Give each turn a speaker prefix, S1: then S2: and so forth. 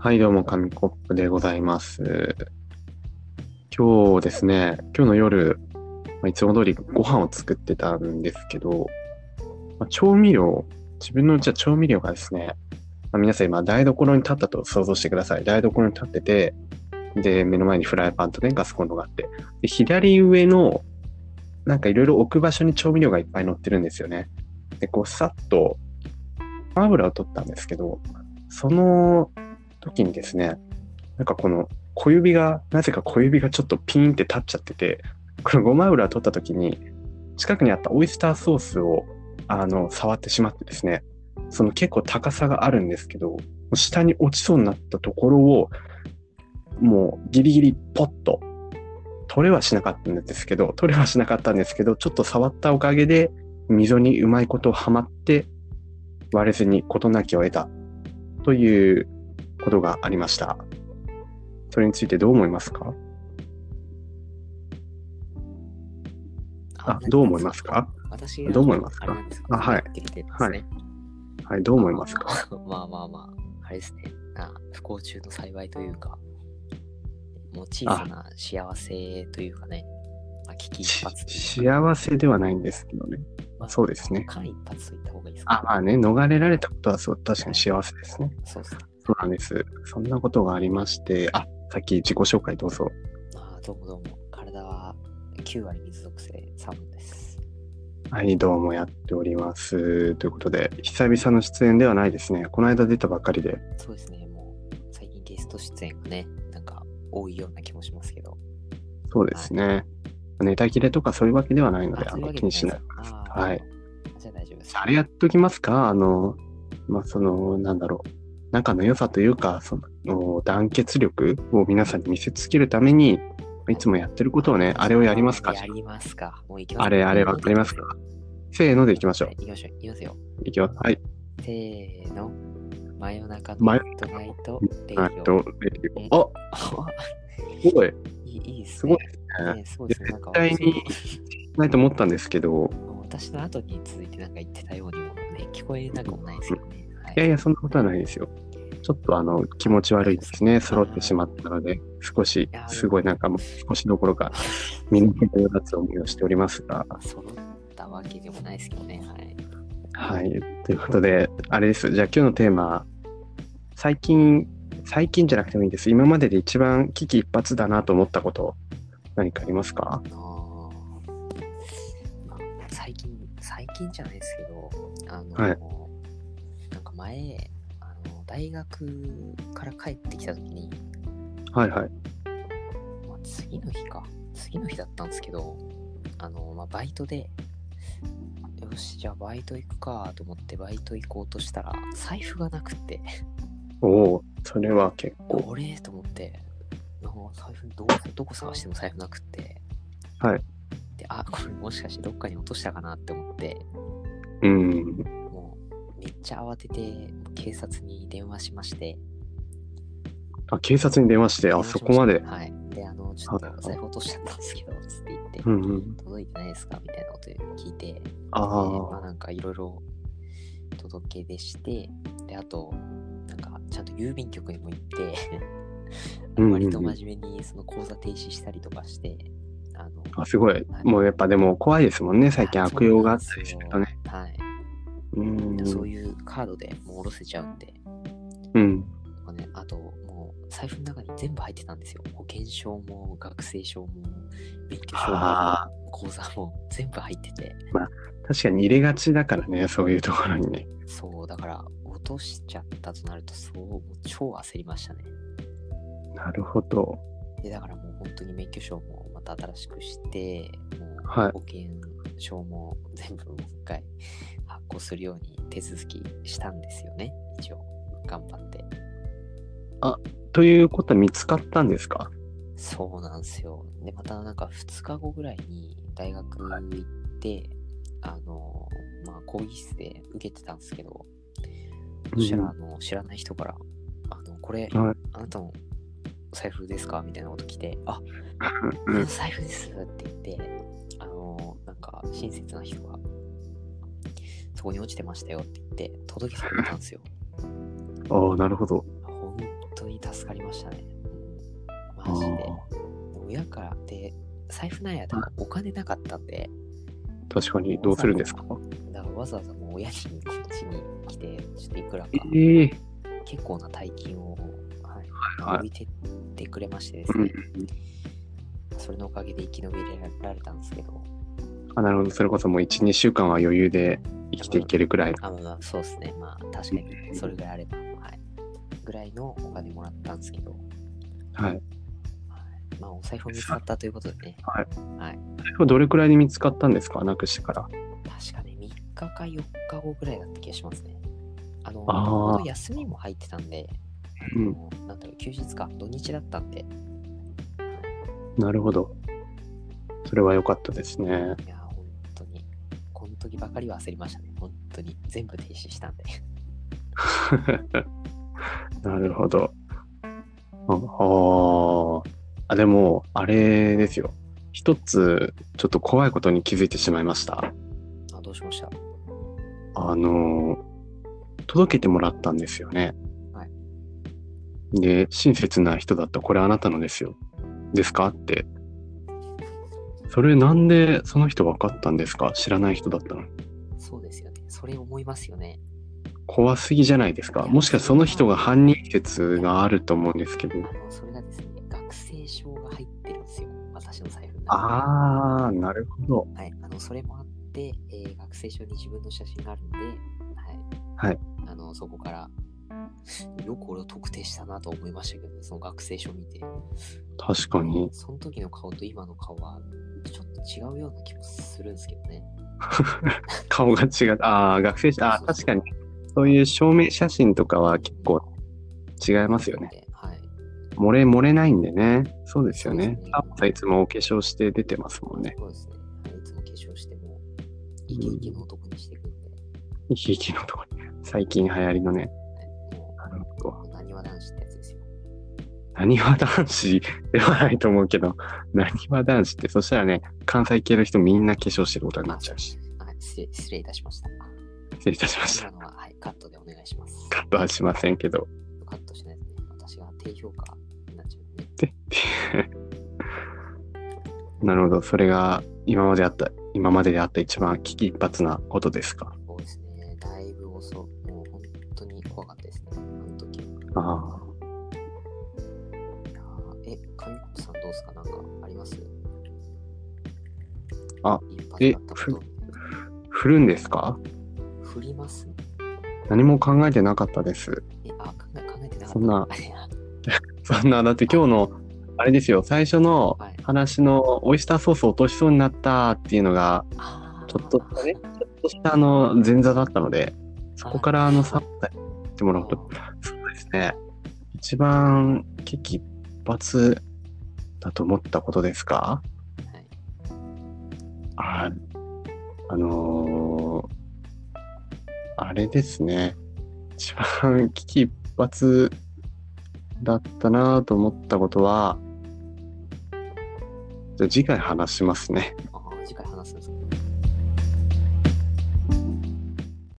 S1: はい、どうも、紙コップでございます。今日ですね、今日の夜、まあいつも通りご飯を作ってたんですけど、まあ調味料、自分のうちは調味料がですね、まあ皆さん今、台所に立ったと想像してください。台所に立ってて、で、目の前にフライパンとね、ガスコンロがあって、で左上の、なんかいろいろ置く場所に調味料がいっぱい乗ってるんですよね。で、こう、さっと、油を取ったんですけど、その時にですね、なんかこの小指が、なぜか小指がちょっとピーンって立っちゃってて、このごま油を取った時に、近くにあったオイスターソースをあの触ってしまってですね、その結構高さがあるんですけど、もう下に落ちそうになったところを、もうギリギリポッと、取れはしなかったんですけど、取れはしなかったんですけど、ちょっと触ったおかげで、溝にうまいことはまって、割れずに事なきを得たということがありました。それについてどう思いますかあどう思いますか
S2: 私が
S1: どう思いますか
S2: あれなんです
S1: あはい
S2: 言ってますね
S1: はい、どう思いますか
S2: まあまあまあ、あれですね。あ不幸中の幸いというか、もう小さな幸せというかね、まあ、危機一
S1: し
S2: 髪というか、
S1: 幸せではないんですけどね。
S2: まあ
S1: そうですね
S2: 間一髪と言った方がいいです
S1: あ、ま
S2: か、
S1: あね、逃れられたことはそう、確かに幸せですね。
S2: そうですね。
S1: そうなんです。そんなことがありまして、あ、さっき自己紹介どうぞ。
S2: まあ、どうもどうも、体は9割水属性サムです。
S1: はい、どうもやっております。ということで、久々の出演ではないですね。この間出たばっかりで。
S2: そうですね、もう最近ゲスト出演がね、なんか多いような気もしますけど、
S1: そうですね。ネタ切れとかそういうわけではないので、
S2: あ
S1: あ
S2: そういう
S1: の
S2: わけ
S1: 気にしない
S2: じゃ。ないですかあー
S1: はい。
S2: じゃあ大丈夫です。
S1: あれやっときますかあの、まあ、その、なんだろう。仲の良さというか、その団結力を皆さんに見せつけるために、いつもやってることをね、あれをやりますか
S2: やりますか。もう行きましょう
S1: あれ、あれ、わかりますかせーのでいきましょう
S2: はい。行きましょう。行きますよ。
S1: いきます。はい。
S2: せーの。真夜中の
S1: 真
S2: ミ
S1: 夜
S2: ッドナイトレイ
S1: えっと、レディオあ、
S2: オ。
S1: すごい。
S2: い いいいです
S1: すご
S2: ね
S1: い。ね
S2: ねすごいですね。なんか
S1: 絶対にないと思ったんですけど、
S2: 私の後に続いてなんか言ってたようにもね、聞こえなくもないですよね。はい
S1: やいや、そんなことはないですよ。ちょっとあの、気持ち悪いですね。揃ってしまったので、少し、すごいなんかもう少しどころか、身の毛のよだつ思いをしておりますが、
S2: 揃ったわけでもないですけどね。
S1: は
S2: はい。
S1: い。ということで、あれです。じゃあ今日のテーマ、最近、最近じゃなくてもいいです。今までで一番危機一髪だなと思ったこと、何かありますか
S2: あのーまあ最近、最近じゃないですけど、あのー
S1: はい
S2: なんか前、あの大学から帰ってきたときに、
S1: はいはい。
S2: まあ、次の日か次の日だったんですけどあの、まあ、バイトでよしじゃあバイト行くかと思ってバイト行こうとしたら財布がなくて
S1: おお、それは結構。
S2: 俺と思ってなんか財布どうどこ探しても財布なくって
S1: はい
S2: であこれもしかしてどっかに落としたかなって思って
S1: うん。
S2: もうめっちゃ慌ててもう警察に電話しまして
S1: あ、警察に電話して、
S2: 電
S1: あ
S2: 話し
S1: そ
S2: し
S1: こまで。
S2: はいであのちょっ
S1: はい
S2: と財布落としちゃったんですけどつって言って
S1: うんうん。
S2: 届いてないですかみたいなこと聞いて
S1: あ
S2: でま
S1: あ
S2: あ、、なんかいろいろ届け出してであとなんかちゃんと郵便局にも行ってあ
S1: うんうんうん
S2: の割と真面目にその講座停止したりとかしてあの
S1: あすごい。もうやっぱでも怖いですもんね。最近
S2: あ
S1: 悪用があったりするとね。
S2: そうなんで
S1: うん。
S2: すよはい、そういうカードでもう下ろせちゃうんで、
S1: うん。
S2: まあね、あともう財布の中に全部入ってたんですよ保険証も学生証も免許証
S1: ああ、
S2: も口座も全部入ってて
S1: 確かに入れがちだからね、そういうところにね。
S2: そうだから落としちゃったとなるとそうもう超焦りましたね
S1: なるほど。
S2: でだからもう本当に免許証もまた新しくして、
S1: はい
S2: もう保険証も全部もう一回発行するように手続きしたんですよね、一応。頑張って。
S1: ということは見つかったんですか
S2: そうなんですよ。で、またなんか2日後ぐらいに大学行って、あの、まあ、講義室で受けてたんですけど、そしたらあの知らない人から、あの、これ、
S1: はい
S2: あなたの財布ですかみたいなこと来て、あ
S1: うん
S2: あ
S1: う
S2: の
S1: ん
S2: 財布ですって言って、あのなんか親切な人が、そこに落ちてましたよって言って、届けてくれたんですよ。
S1: ああ、なるほど。
S2: 本当にに助かりましたね。うん
S1: あ
S2: マジで。
S1: ー
S2: 親からで財布なんやでもお金なかったんで
S1: 確かに、どうするんですか
S2: だからわざわざもう親にこっちに来てちょっといくらか
S1: ええ
S2: 結構な大金を、
S1: はい
S2: はい、
S1: は
S2: 置いてってくれましてですね、それのおかげで生き延びられたんですけど
S1: あなるほど、それこそもう1、2週間は余裕で生きていけるくらいの。
S2: あまあまあそうですねまあ確かにそれぐらいあれば、はい、ぐらいのお金もらったんですけど、
S1: はい。
S2: まあ、お財布を見つかったということでね
S1: それはどれくらいで見つかったんですかなくしてから。
S2: 確かね3日か4日後ぐらいだった気がしますねあの
S1: あー
S2: もともと休みも入ってたんで
S1: う
S2: あ
S1: ん。
S2: のなんだろう休日か土日だったんで
S1: なるほど。それは良かったですね。
S2: いやー本当にこの時ばかりは焦りましたね本当に全部停止したんで
S1: なるほど。ああー。あ、でも、あれですよ。一つ、ちょっと怖いことに気づいてしまいました。
S2: あどうしました
S1: あの、届けてもらったんですよね。
S2: はい
S1: で、親切な人だった、これあなたのですよ。ですかって。それなんでその人分かったんですか知らない人だったの。
S2: そうですよねそれ思いますよね
S1: 怖すぎじゃないですか。もしかその人が犯人説があると思うんですけど
S2: あ。のそれがですね学生証が入ってるんですよ私の財布の中に
S1: ああ、なるほど。
S2: はい、あのそれもあって、えー学生証に自分の写真があるんで、はい。
S1: はい
S2: あのそこから、よく俺を特定したなと思いましたけど、ね、その学生証見て。
S1: 確かに。
S2: その時の顔と今の顔は、ちょっと違うような気もするんですけどね。
S1: 顔が違う。ああ、学生証、ああ、確かに。そういう証明写真とかは結構違いますよね。
S2: で。はい。
S1: 漏れ漏れないんでね。そうですよ
S2: そう
S1: ね
S2: ですね。
S1: タップさんいつもお化粧して出てますもんね。
S2: そうですね。はい、いつも化粧しても、イケイケの男にしていくんで、
S1: 生き生きのとこに。最近流行りのね。
S2: はい、も
S1: なるほど。
S2: う、なにわ男子ってやつですよ。
S1: なにわ男子ではないと思うけど、なにわ男子って、そしたらね、関西系の人みんな化粧してることになっちゃうし。
S2: はい、失礼失礼いたしま した。
S1: 失礼いたしました。
S2: 今のは、はい、カットでお願いします。
S1: カットはしませんけど。
S2: カットしないとね、私が低評価になっちゃうんで、
S1: でなるほど。それが今まであった、今までであった一番危機一髪なことですか。
S2: そうですね、だいぶ遅、もう本当に怖かったですね、あの時は。
S1: あ
S2: いやーえ、神子さんどうですかなんかあります
S1: あ、
S2: 一発だったこと
S1: あ。振るんですか
S2: 振りますね。
S1: 何も考えてなかったです。
S2: え、あ、考え考えてなかった。
S1: そん な
S2: いや
S1: そんな、だって今日の、あれですよ、最初の
S2: はい
S1: 話のオイスターソース落としそうになったっていうのが、
S2: あー
S1: ちょっとしたね、ちょっとしたあの前座だったので、そこからあの3体ってもらうと、そうですね、一番危機一髪だと思ったことですか
S2: はい
S1: ああのーあれですね。一番危機一髪だったなと思ったことは、じゃあ次回話しますね。
S2: あ